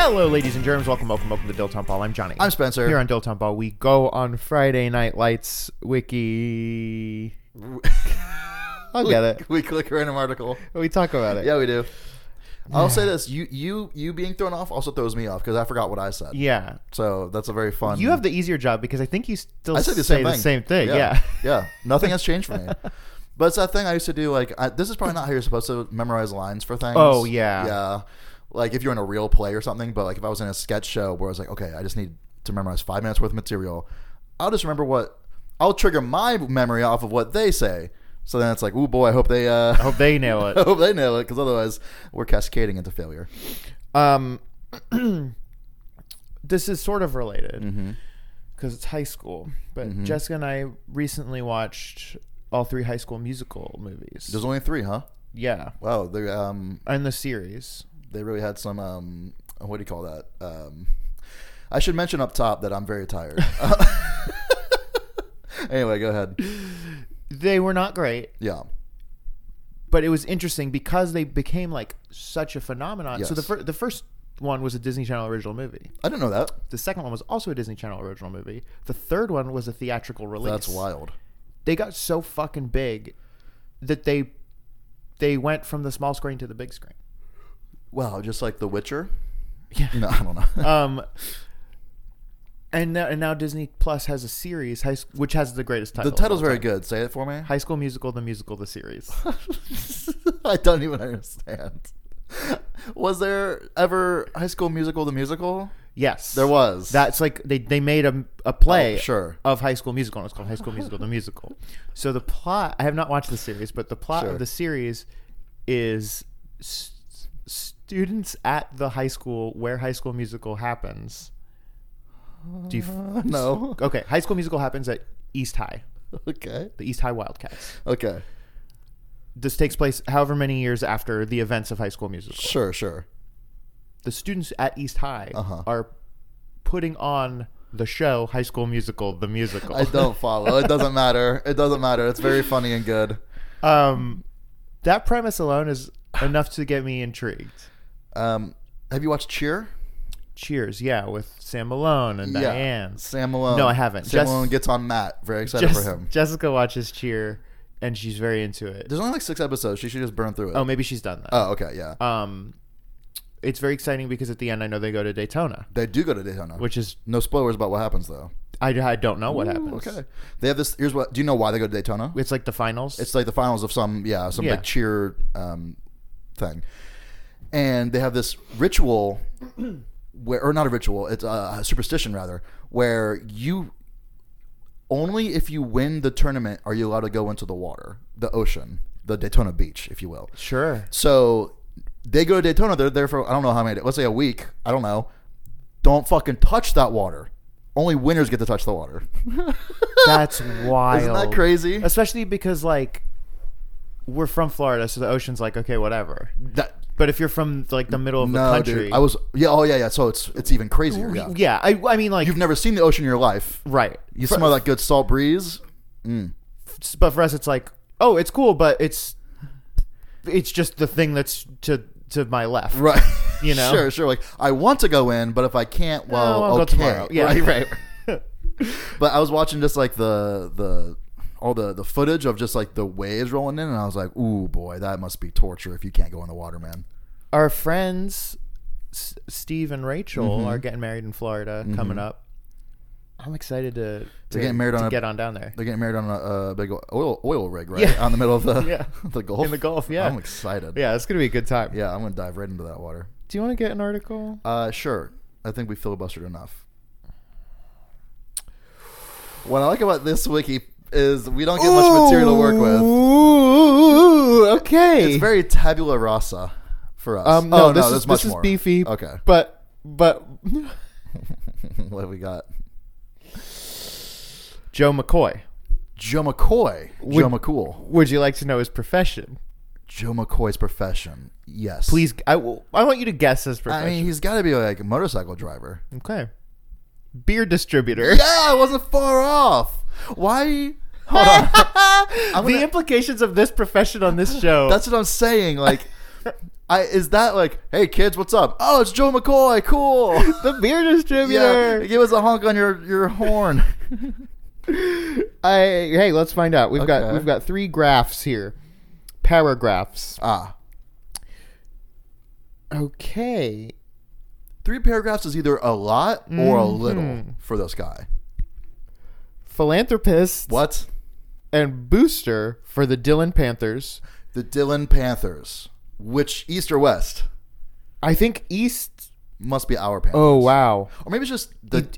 Hello, ladies and germs. Welcome, welcome, welcome to Dilton Ball. I'm Johnny. I'm Spencer. here on Dilton Ball. We go on Friday Night Lights Wiki. I'll we, get it. We click random article. We talk about it. Yeah, we do. I'll say this: you, you, you being thrown off also throws me off because I forgot what I said. Yeah. So that's a very fun. You have the easier job because I think you still I said the say same the thing. same thing. Yeah. Yeah. Nothing has changed for me. But it's that thing I used to do. Like I, this is probably not how you're supposed to memorize lines for things. Oh, yeah. Yeah. Like if you're in a real play or something. But like if I was in a sketch show where I was like, okay, I just need to memorize five minutes worth of material. I'll just remember what. I'll trigger my memory off of what they say. So then it's like, oh boy, I hope they. Uh, I hope they nail I it. hope they nail it because otherwise we're cascading into failure. Um, this is sort of related Mm-hmm. because it's high school. But Jessica and I recently watched all three High School Musical movies. There's only three, huh? yeah, Wow, they um and the series. they really had some um what do you call that? Um, I should mention up top that I'm very tired. anyway, go ahead. They were not great. Yeah, but it was interesting because they became like such a phenomenon. So the Yes. fir- the first one was a Disney Channel original movie. I didn't know that. The second one was also a Disney Channel original movie. The third one was a theatrical release. That's wild. they got so fucking big that they they went from the small screen to the big screen. Wow, just like The Witcher. Yeah. No, I don't know. Um, and now, and now Disney Plus has a series, high, s- which has the greatest title. the of all title's very time. good. Say it for me. High School Musical, the musical, the series. I don't even understand. Was there ever High School Musical the musical? yes, There was. That's like they, they made a, a play Oh, sure. of High School Musical, and it's called High School Musical the Musical. So the plot I have not watched the series, but the plot Sure. of the series is s- students at the high school where High School Musical happens. Do you f- no. okay? High School Musical happens at East High, Okay. the East High Wildcats. Okay. This takes place however many years after the events of High School Musical. Sure. Sure. The students at East High Uh-huh. are putting on the show High School Musical the Musical. I don't follow. It doesn't matter. It doesn't matter. It's very funny and good. Um, that premise alone is enough to get me intrigued. Um, have you watched Cheer? Cheers, yeah, with Sam Malone and Diane. Sam Malone. No, I haven't. Sam Just- Malone gets on Matt. Very excited Jes- for him. Jessica watches Cheer, and she's very into it. There's only like six episodes. She should just burn through it. Oh, maybe she's done that. Oh, okay, yeah. Um, it's very exciting because at the end, I know they go to Daytona, they do go to Daytona. which is no spoilers about what happens though. I, I don't know what happens. Okay. They have this. Here's what. Do you know why they go to Daytona? It's like the finals. It's like the finals of some yeah some Yeah. big cheer um, thing, and they have this ritual where or not a ritual it's a superstition rather where you only if you win the tournament are you allowed to go into the water the ocean the Daytona beach if you will sure. so they go to Daytona they're there for I don't know how many days, let's say a week I don't know don't fucking touch that water only winners get to touch the water That's wild. isn't that crazy Especially because like we're from Florida, so the ocean's like okay, whatever. that But if you're from like the middle of the country, I was yeah, oh yeah, yeah. So it's it's even crazier. Yeah. yeah. I, I mean like You've never seen the ocean in your life. right. You smell that good salt breeze. Mm. but for us it's like oh it's cool but it's it's just the thing that's to to my left Right. You know? Sure, sure. Like I want to go in, but if I can't, well, Oh, I'll go okay. tomorrow yeah Right, right. right, right. But I was watching just like the the all the the footage of just like the waves rolling in, and I was like, ooh boy, that must be torture if you can't go in the water, man. our friends S- Steve and Mm-hmm. Rachel are getting married in Florida coming up I'm excited to, to getting Mm-hmm. married to on a- get on down there They're getting married on a, a big oil oil rig, right? Yeah. On the middle of the Yeah. the Gulf. In the Gulf, yeah. I'm excited. yeah it's gonna be a good time Yeah, I'm gonna dive right into that water. do you want to get an article Uh, sure. I think we filibustered enough. What I like about this wiki is we don't get much material to work with. Ooh, okay. It's very tabula rasa for us. Um, no, Oh, this, there's is, much this is more. beefy. Okay. But, but what have we got? Joe McCoy, Joe McCoy. Would- Joe McCool. would you like to know his profession? Joe McCoy's profession. Yes. Please, I, will- I want you to guess his I profession. mean, he's got to be like a motorcycle driver. okay. Beer distributor. Yeah, I wasn't far off. Why? Hold on. I'm the gonna- implications of this profession on this show. That's what I'm saying. Like, I is that like, hey kids, what's up? Oh, it's Joe McCoy. Cool. the beer yeah, distributor. give us a honk on your your horn. I hey, let's find out. We've got Okay. we've got three graphs here. Paragraphs. ah, Okay. three paragraphs is either a lot or a Mm-hmm. little for this guy. Philanthropist What? and booster for the Dillon Panthers. The Dylan Panthers, which east or west I think East must be our Panthers. Oh wow. Or maybe it's just the.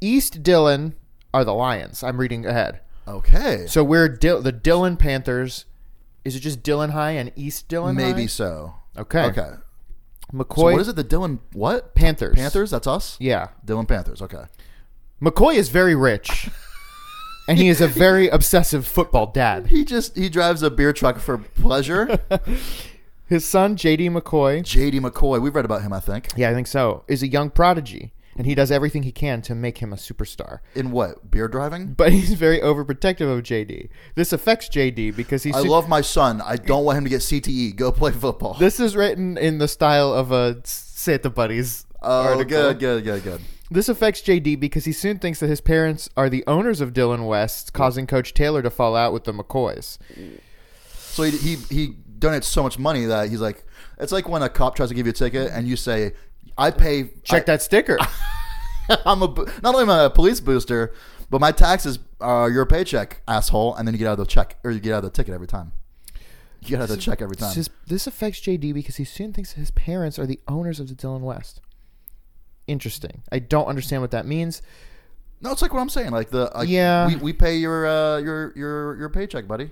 East Dillon are the Lions. I'm reading ahead. okay. So we're Dil- the Dillon Panthers. Is it just Dillon High and East Dillon? maybe High? so. Okay. Okay. McCoy So what is it? The Dylan what? Panthers. Panthers. That's us. Yeah. Dylan Panthers. Okay. McCoy is very rich, and he is a very obsessive football dad. He just he drives a beer truck for pleasure. His son, J.D. McCoy, J.D. McCoy. We've read about him, I think. yeah, I think so, is a young prodigy, and he does everything he can to make him a superstar. In what beer driving? But he's very overprotective of J.D. This affects J.D. because he's. I love my son. I don't want him to get CTE. Go play football. this is written in the style of a Santa Buddies. oh, article. good, good, good, good. This affects JD because he soon thinks that his parents are the owners of Dylan West, causing Coach Taylor to fall out with the McCoys. So he, he he donates so much money that he's like, it's like when a cop tries to give you a ticket and you say, I pay. Check I, that sticker. I'm a bo- not only am I a police booster, but my taxes are your paycheck, asshole. And then you get out of the check or you get out of the ticket every time. You get out of the check every time. This, this affects JD because he soon thinks that his parents are the owners of the Dylan West. Interesting. I don't understand what that means. No, it's like what I'm saying. Like the like, Yeah. we, we pay your uh, your your your paycheck, buddy.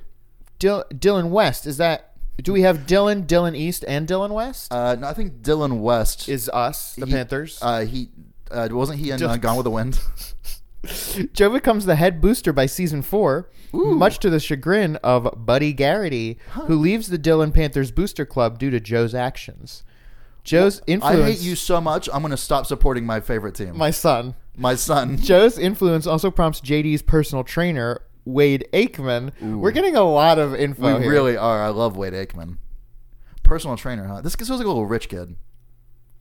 Dil- Dylan West is that? Do we have Dylan, Dylan East, and Dylan West? Uh, no, I think Dylan West is us the he- Panthers? Uh, he uh, wasn't he in Dylan- uh, Gone with the Wind? Joe becomes the head booster by season four, much to the chagrin of Buddy Garrity, who leaves the Dylan Panthers booster club due to Joe's actions. Joe's I influence. hate you so much. I'm gonna stop supporting my favorite team, my, my son. son. Joe's influence also prompts JD's personal trainer, Wade Aikman. We're getting a lot of info. we here. really are. I love Wade Aikman, personal trainer. Huh? This sounds like a little rich kid.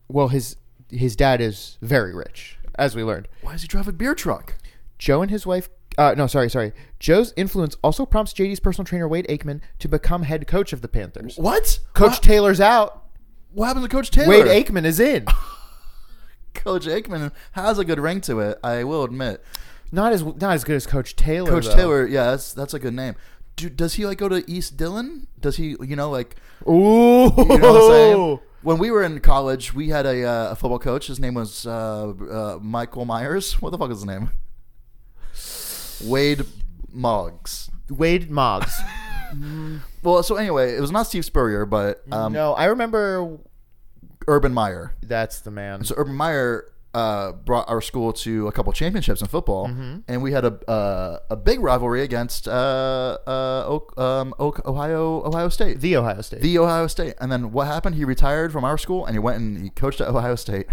well his his dad is very rich, as we learned. Why does he drive a beer truck? Joe and his wife. Uh, no, sorry, sorry. Joe's influence also prompts JD's personal trainer Wade Aikman to become head coach of the Panthers. What? Coach What, Taylor's out. what happened to Coach Taylor? Wade Aikman is in. Coach Aikman has a good ring to it. I will admit. Not as not as good as Coach Taylor. Coach though. Taylor. Yeah, that's that's a good name. Do, does he like go to East Dillon? Does he? You know, like Ooh. You know what I'm saying? Oh. When we were in college, we had a, uh, a football coach. His name was uh, uh, Michael Myers. What the fuck is his name? Wade Moggs. Wade Moggs. Well, so anyway, it was not Steve Spurrier, but um, no, I remember. Urban Meyer. That's the man. So Urban Meyer uh, brought our school to a couple championships in football, and we had a uh, a big rivalry against uh, uh, Oak, um, Oak, Ohio Ohio State. The Ohio State. the Ohio State, and then what happened? He retired from our school, and he went and he coached at Ohio State.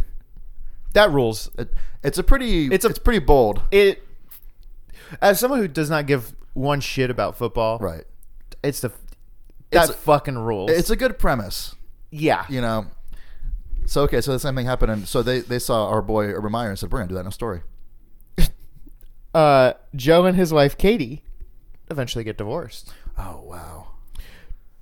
that rules. It, it's a pretty. It's It's a- it's pretty bold. It. As someone who does not give one shit about football, Right. It's the. That It's- fucking rules. It's a good premise, yeah. you know. So okay, so the same thing happened, and so they they saw our boy Urban Meyer and said, "We're gonna do that in a story." Uh, Joe and his wife Katie eventually get divorced Oh wow,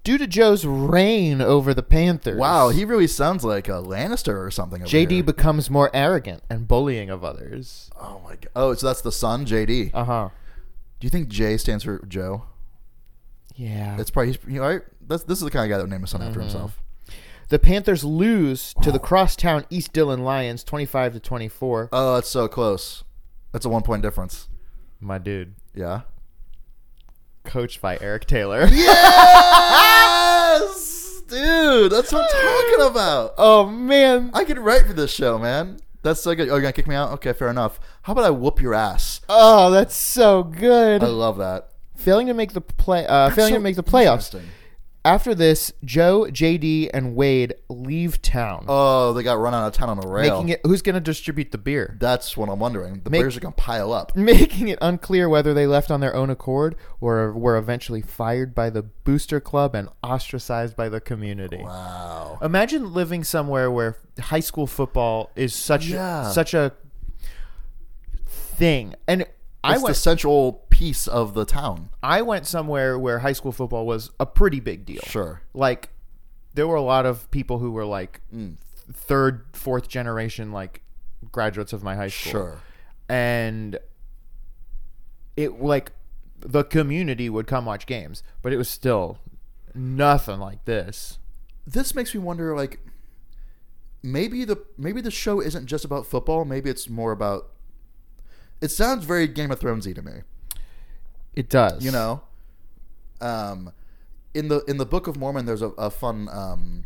due to Joe's reign over the Panthers. wow, he really sounds like a Lannister or something. Over JD here. becomes more arrogant and bullying of others. oh my god. Oh, so that's the son, JD. Uh huh. do you think J stands for Joe? Yeah. That's probably he's, you know, right. That's this is the kind of guy that would name a son after himself. The Panthers lose to the crosstown East Dillon Lions 25 to 24. Oh, that's so close. That's a one point difference. my dude, Yeah. coached by Eric Taylor. Ah! Yes, dude. That's what I'm talking about. oh man, I can write for this show, man. That's so good. Oh, you're gonna kick me out? Okay, fair enough. How about I whoop your ass? oh that's so good. I love that. failing to make the play, uh, failing so to make the playoffs. interesting. After this, Joe, JD, and Wade leave town, Oh, they got run out of town on a rail. making it who's going to distribute the beer, That's what I'm wondering. The Make- bears are gonna pile up. making it unclear whether they left on their own accord or were eventually fired by the booster club and ostracized by the community. Wow. Imagine living somewhere where high school football is such Yeah. such a thing, and I It's went the central piece of the town. I went somewhere where high school football was a pretty big deal. Sure. like there were a lot of people who were like Mm. third, fourth generation like graduates of my high school. Sure. And it like the community would come watch games, but it was still nothing like this. This makes me wonder, like, maybe the maybe the show isn't just about football. Maybe it's more about. It sounds very Game of Thronesy to me. It does. You know, um, in the in the Book of Mormon, there's a, a fun. Um,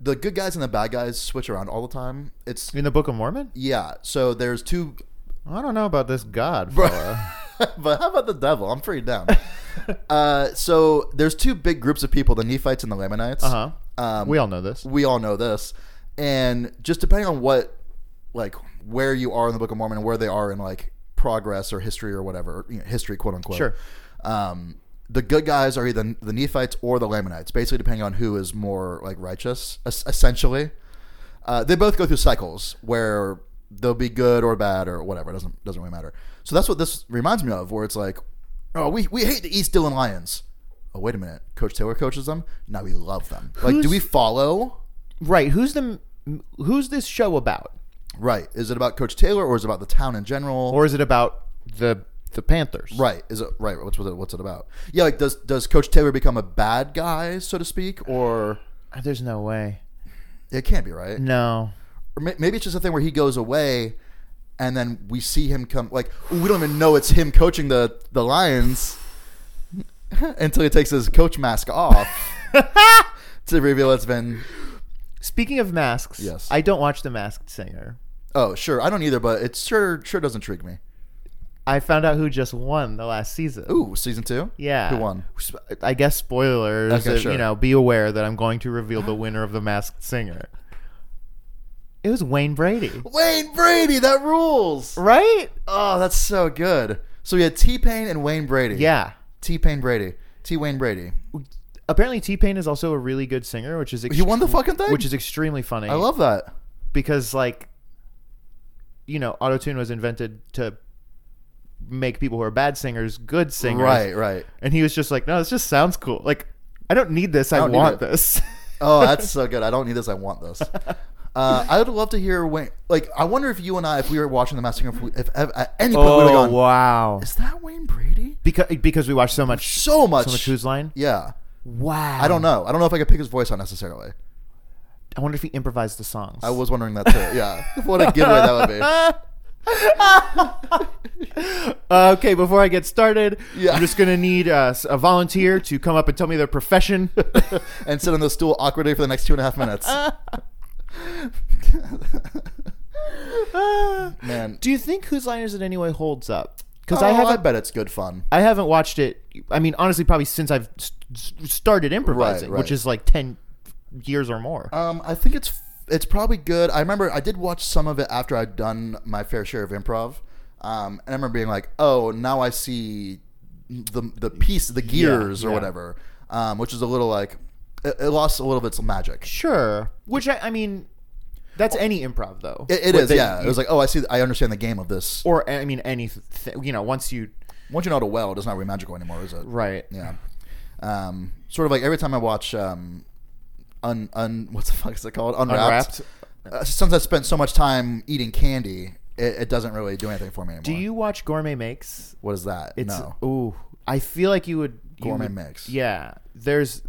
the good guys and the bad guys switch around all the time. It's in the Book of Mormon? yeah. So there's two I don't know about this god. fella. but how about the devil? I'm pretty down. uh, so there's two big groups of people: the Nephites and the Lamanites. Uh-huh. Um, we all know this. we all know this, and just depending on what, like, where you are in the Book of Mormon and where they are in like progress or history or whatever you know, history, quote unquote. Sure. Um, the good guys are either the Nephites or the Lamanites, basically depending on who is more like righteous, es- essentially. Uh, they both go through cycles where they'll be good or bad or whatever. It doesn't doesn't really matter. So that's what this reminds me of, where it's like, oh, we, we hate the East Dillon Lions. Oh, wait a minute. Coach Taylor coaches them. Now we love them. like, do Who's- we follow? Right, who's the who's this show about? Right. Is it about Coach Taylor or is it about the town in general? Or is it about the the Panthers? right. Is it right? What's what's it, what's it about? Yeah. Like, does does Coach Taylor become a bad guy, so to speak, or Uh, There's no way. it can't be right? No. Or ma- maybe it's just a thing where he goes away, and then we see him come. Like, we don't even know it's him coaching the the Lions until he takes his coach mask off to reveal it's been. Speaking of masks, Yes. I don't watch The Masked Singer. Oh, sure. I don't either, but it sure sure does intrigue me. I found out who just won the last season. Ooh, season two. Yeah. Who won? uh, Sp- I guess spoilers. Okay, uh, sure. You know, be aware that I'm going to reveal the winner of The Masked Singer. It was Wayne Brady. Wayne Brady. That rules. Right? Oh, that's so good. So we had T Pain and Wayne Brady. Yeah. T Pain Brady. T Wayne Brady. Apparently T Pain is also a really good singer, which is ext- He won the fucking thing. which is extremely funny. I love that. because like you know, autotune was invented to make people who are bad singers good singers. Right, right. And he was just like, no, this just sounds cool. Like, I don't need this. I, don't need want it. this. Oh, that's so good. I don't need this. I want this. Uh, I would love to hear Wayne. Like, I wonder if you and I, if we were watching The Master, if, we, if ev- at any point we Oh, would have gone, wow. is that Wayne Brady? Because, because we watch so much, so So much. much Who's Line. yeah. Wow. I don't know. I don't know if I could pick his voice out necessarily. I wonder if he improvised the songs. I was wondering that too. Yeah. What a giveaway that would be. okay, before I get started, Yeah. I'm just going to need uh, a volunteer to come up and tell me their profession. and sit on the stool awkwardly for the next two and a half minutes. Man, Do you think Whose Line Is It Anyway holds up? Because oh, I I, haven't bet it's good fun. I haven't watched it. I mean, honestly, probably since I've s- s- started improvising, Right, right. which is like ten years or more. Um, I think it's it's probably good. I remember I did watch some of it after I'd done my fair share of improv, um, and I remember being like, "Oh, now I see the the piece, the gears, or yeah. whatever," um, which is a little like it, it lost a little of its magic. sure, which I, I mean, that's any improv though. It, it What is, they- yeah. It was like, "Oh, I see. I understand the game of this." or I mean, anything. You know, once you Once you know it well, it's not really magical anymore, is it? right, Yeah. Um, sort of like every time I watch um, un un what's the fuck is it called unwrapped. Uh, since I spent so much time eating candy, it, it doesn't really do anything for me anymore. Do you watch Gourmet Makes? What is that? It's no. ooh, I feel like you would you Gourmet would- Mix. Yeah, there's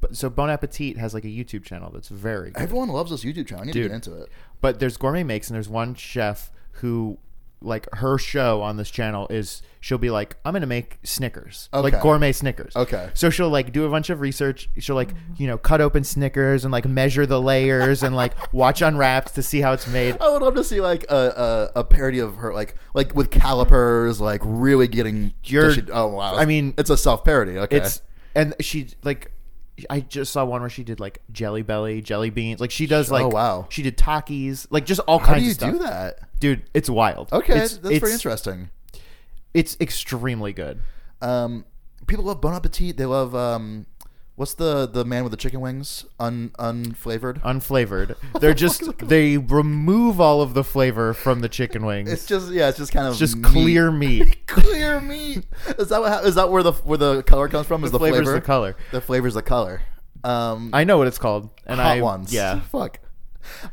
b- so Bon Appetit has like a YouTube channel that's very good. Everyone loves this YouTube channel. I need Dude. to get into it. But there's gourmet makes, and there's one chef who like her show on this channel is she'll be like, I'm gonna make Snickers, Okay. like gourmet Snickers. Okay. So she'll like do a bunch of research. She'll like you know cut open Snickers and like measure the layers and like watch unwrapped to see how it's made. I would love to see like a, a, a parody of her, like like with calipers, like really getting. You're- does she- oh wow! I mean- it's a self parody. Okay, It's and she like. I just saw one where she did like Jelly Belly, Jelly Beans. Like she does like Oh, wow. she did Takis, like just all how kinds do you of stuff. do that? dude? It's wild. Okay, it's, that's it's- pretty interesting. It's extremely good. Um, people love Bon Appetit. They love um, what's the the man with the chicken wings? Un unflavored. unflavored. They're just they remove all of the flavor from the chicken wings. it's It's just yeah, it's just kind of just meat. clear meat. clear meat. Is that what hap- is that where the where the color comes from? Is the, flavor's flavor the color. The flavor's the color. Um, I know what it's called. And hot I, ones. Yeah. fuck.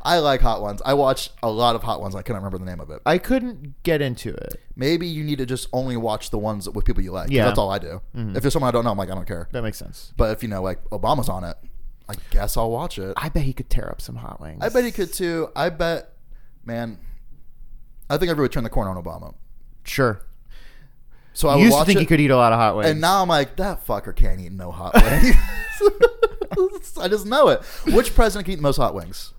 I like hot ones. I watch a lot of hot ones. I cannot remember the name of it. I couldn't get into it. Maybe you need to just only watch the ones with people you like. 'cause Yeah. Mm-hmm. that's all I do. If there's someone I don't know, I'm like I don't care. That makes sense. But if you know like Obama's on it, I guess I'll watch it. I bet he could tear up some hot wings. I bet he could too. I bet, man. I think I've really turned the corner on Obama. Sure. So I I would used to watch think it, he could eat a lot of hot wings. and now I'm like that fucker can't eat no hot wings. I just know it. Which president can eat the most hot wings?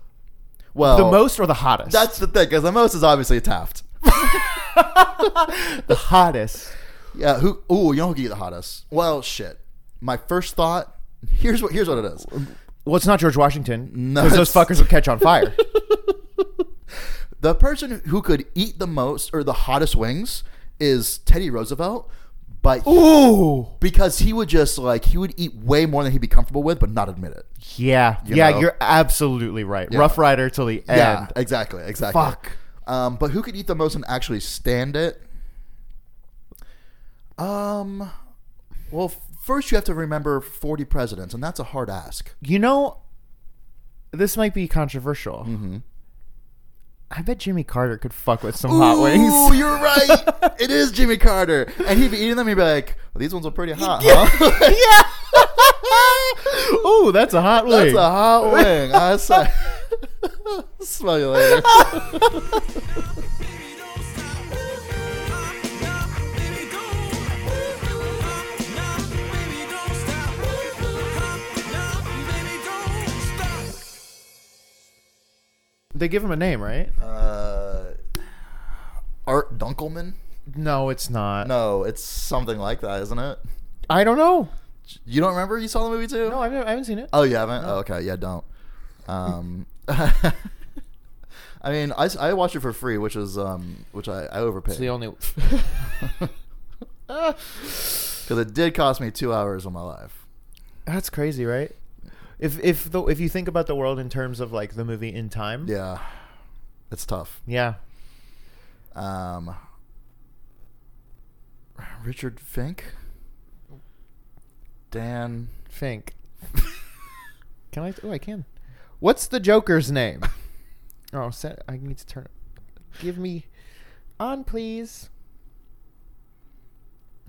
Well, the most or the hottest? Oh. That's the thing, because the most is obviously Taft. the hottest. Yeah, who? Ooh, you know who could eat the hottest? Well, shit. My first thought. Here's what. Here's what it is. Well, it's not George Washington. No, because those it's- fuckers would catch on fire. The person who could eat the most or the hottest wings is Teddy Roosevelt, but Ooh. because he would just like he would eat way more than he'd be comfortable with, but not admit it. Yeah. yeah, know. you're absolutely right. Rough Rider till the yeah, end. exactly, exactly. Fuck. Um, but who could eat the most and actually stand it? Um, well, first you have to remember forty presidents, and that's a hard ask. You know, this might be controversial. Mm-hmm. I bet Jimmy Carter could fuck with some hot Ooh, wings. you're right. it is Jimmy Carter, and he'd be eating them. He'd be like, well, "These ones are pretty hot, huh?" yeah. Ooh, that's a hot wing. That's a hot wing. I say. Smell you later. Baby, don't stop. Ooh, nah, baby, go. Ooh, nah, baby, don't stop. Ooh, nah, baby, don't stop. They give him a name, right? Uh, Art Dunkelman? No, it's not. No, it's something like that, isn't it? I don't know. You don't remember? You saw the movie too? No, I've never, I haven't seen it. Oh, you haven't? Oh, okay, yeah, don't. Um, Uh, I mean, I, s- I watched it for free, which is um, which I, I overpaid It's the only. Ah. because it did cost me two hours of my life. that's crazy, right? If if the if you think about the world in terms of like the movie in time, Yeah, it's tough. Mm-hmm. yeah. Um, Richard Fink, Dan. Fink. can I? Oh, I can. What's the Joker's name? Oh, set, I need to turn. it. Give me on, please.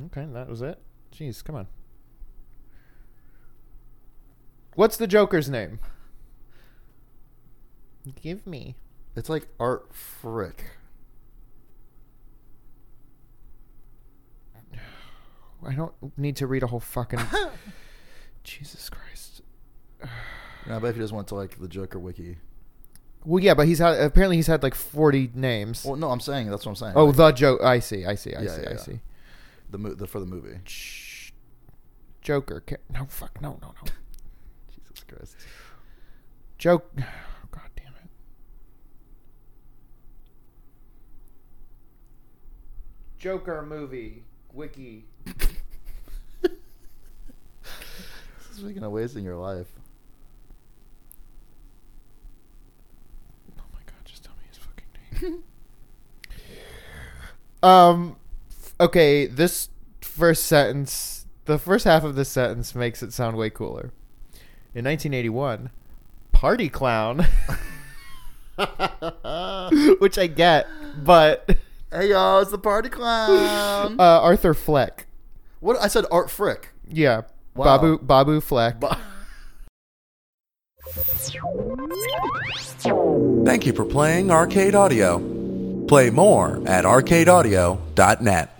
Okay, that was it. Jeez, come on. What's the Joker's name? Give me. It's like Art Frick. I don't need to read a whole fucking. Jesus Christ. And I bet if you just went to like the Joker wiki. Well, yeah, but he's had apparently he's had like forty names. Well, no, I'm saying that's what I'm saying. oh, like, the joke. I see. I see. I Yeah, see. yeah, I yeah. see. the, mo- the for the movie. Ch- Joker. ca- No, fuck. No, no, no. Jesus Christ. Joke. God damn it. Joker movie. Wiki. Speaking of wasting your life, Oh my god, just tell me his fucking name. um, f- okay, this first sentence, the first half of this sentence makes it sound way cooler. In 1981, Party Clown, which I get, but hey y'all, it's the party clown. uh, Arthur Fleck. what I said, Art Frick. Yeah. Wow. Babu Babu Fleck. Thank you for playing Arcade Audio. Play more at arcadeaudio.net.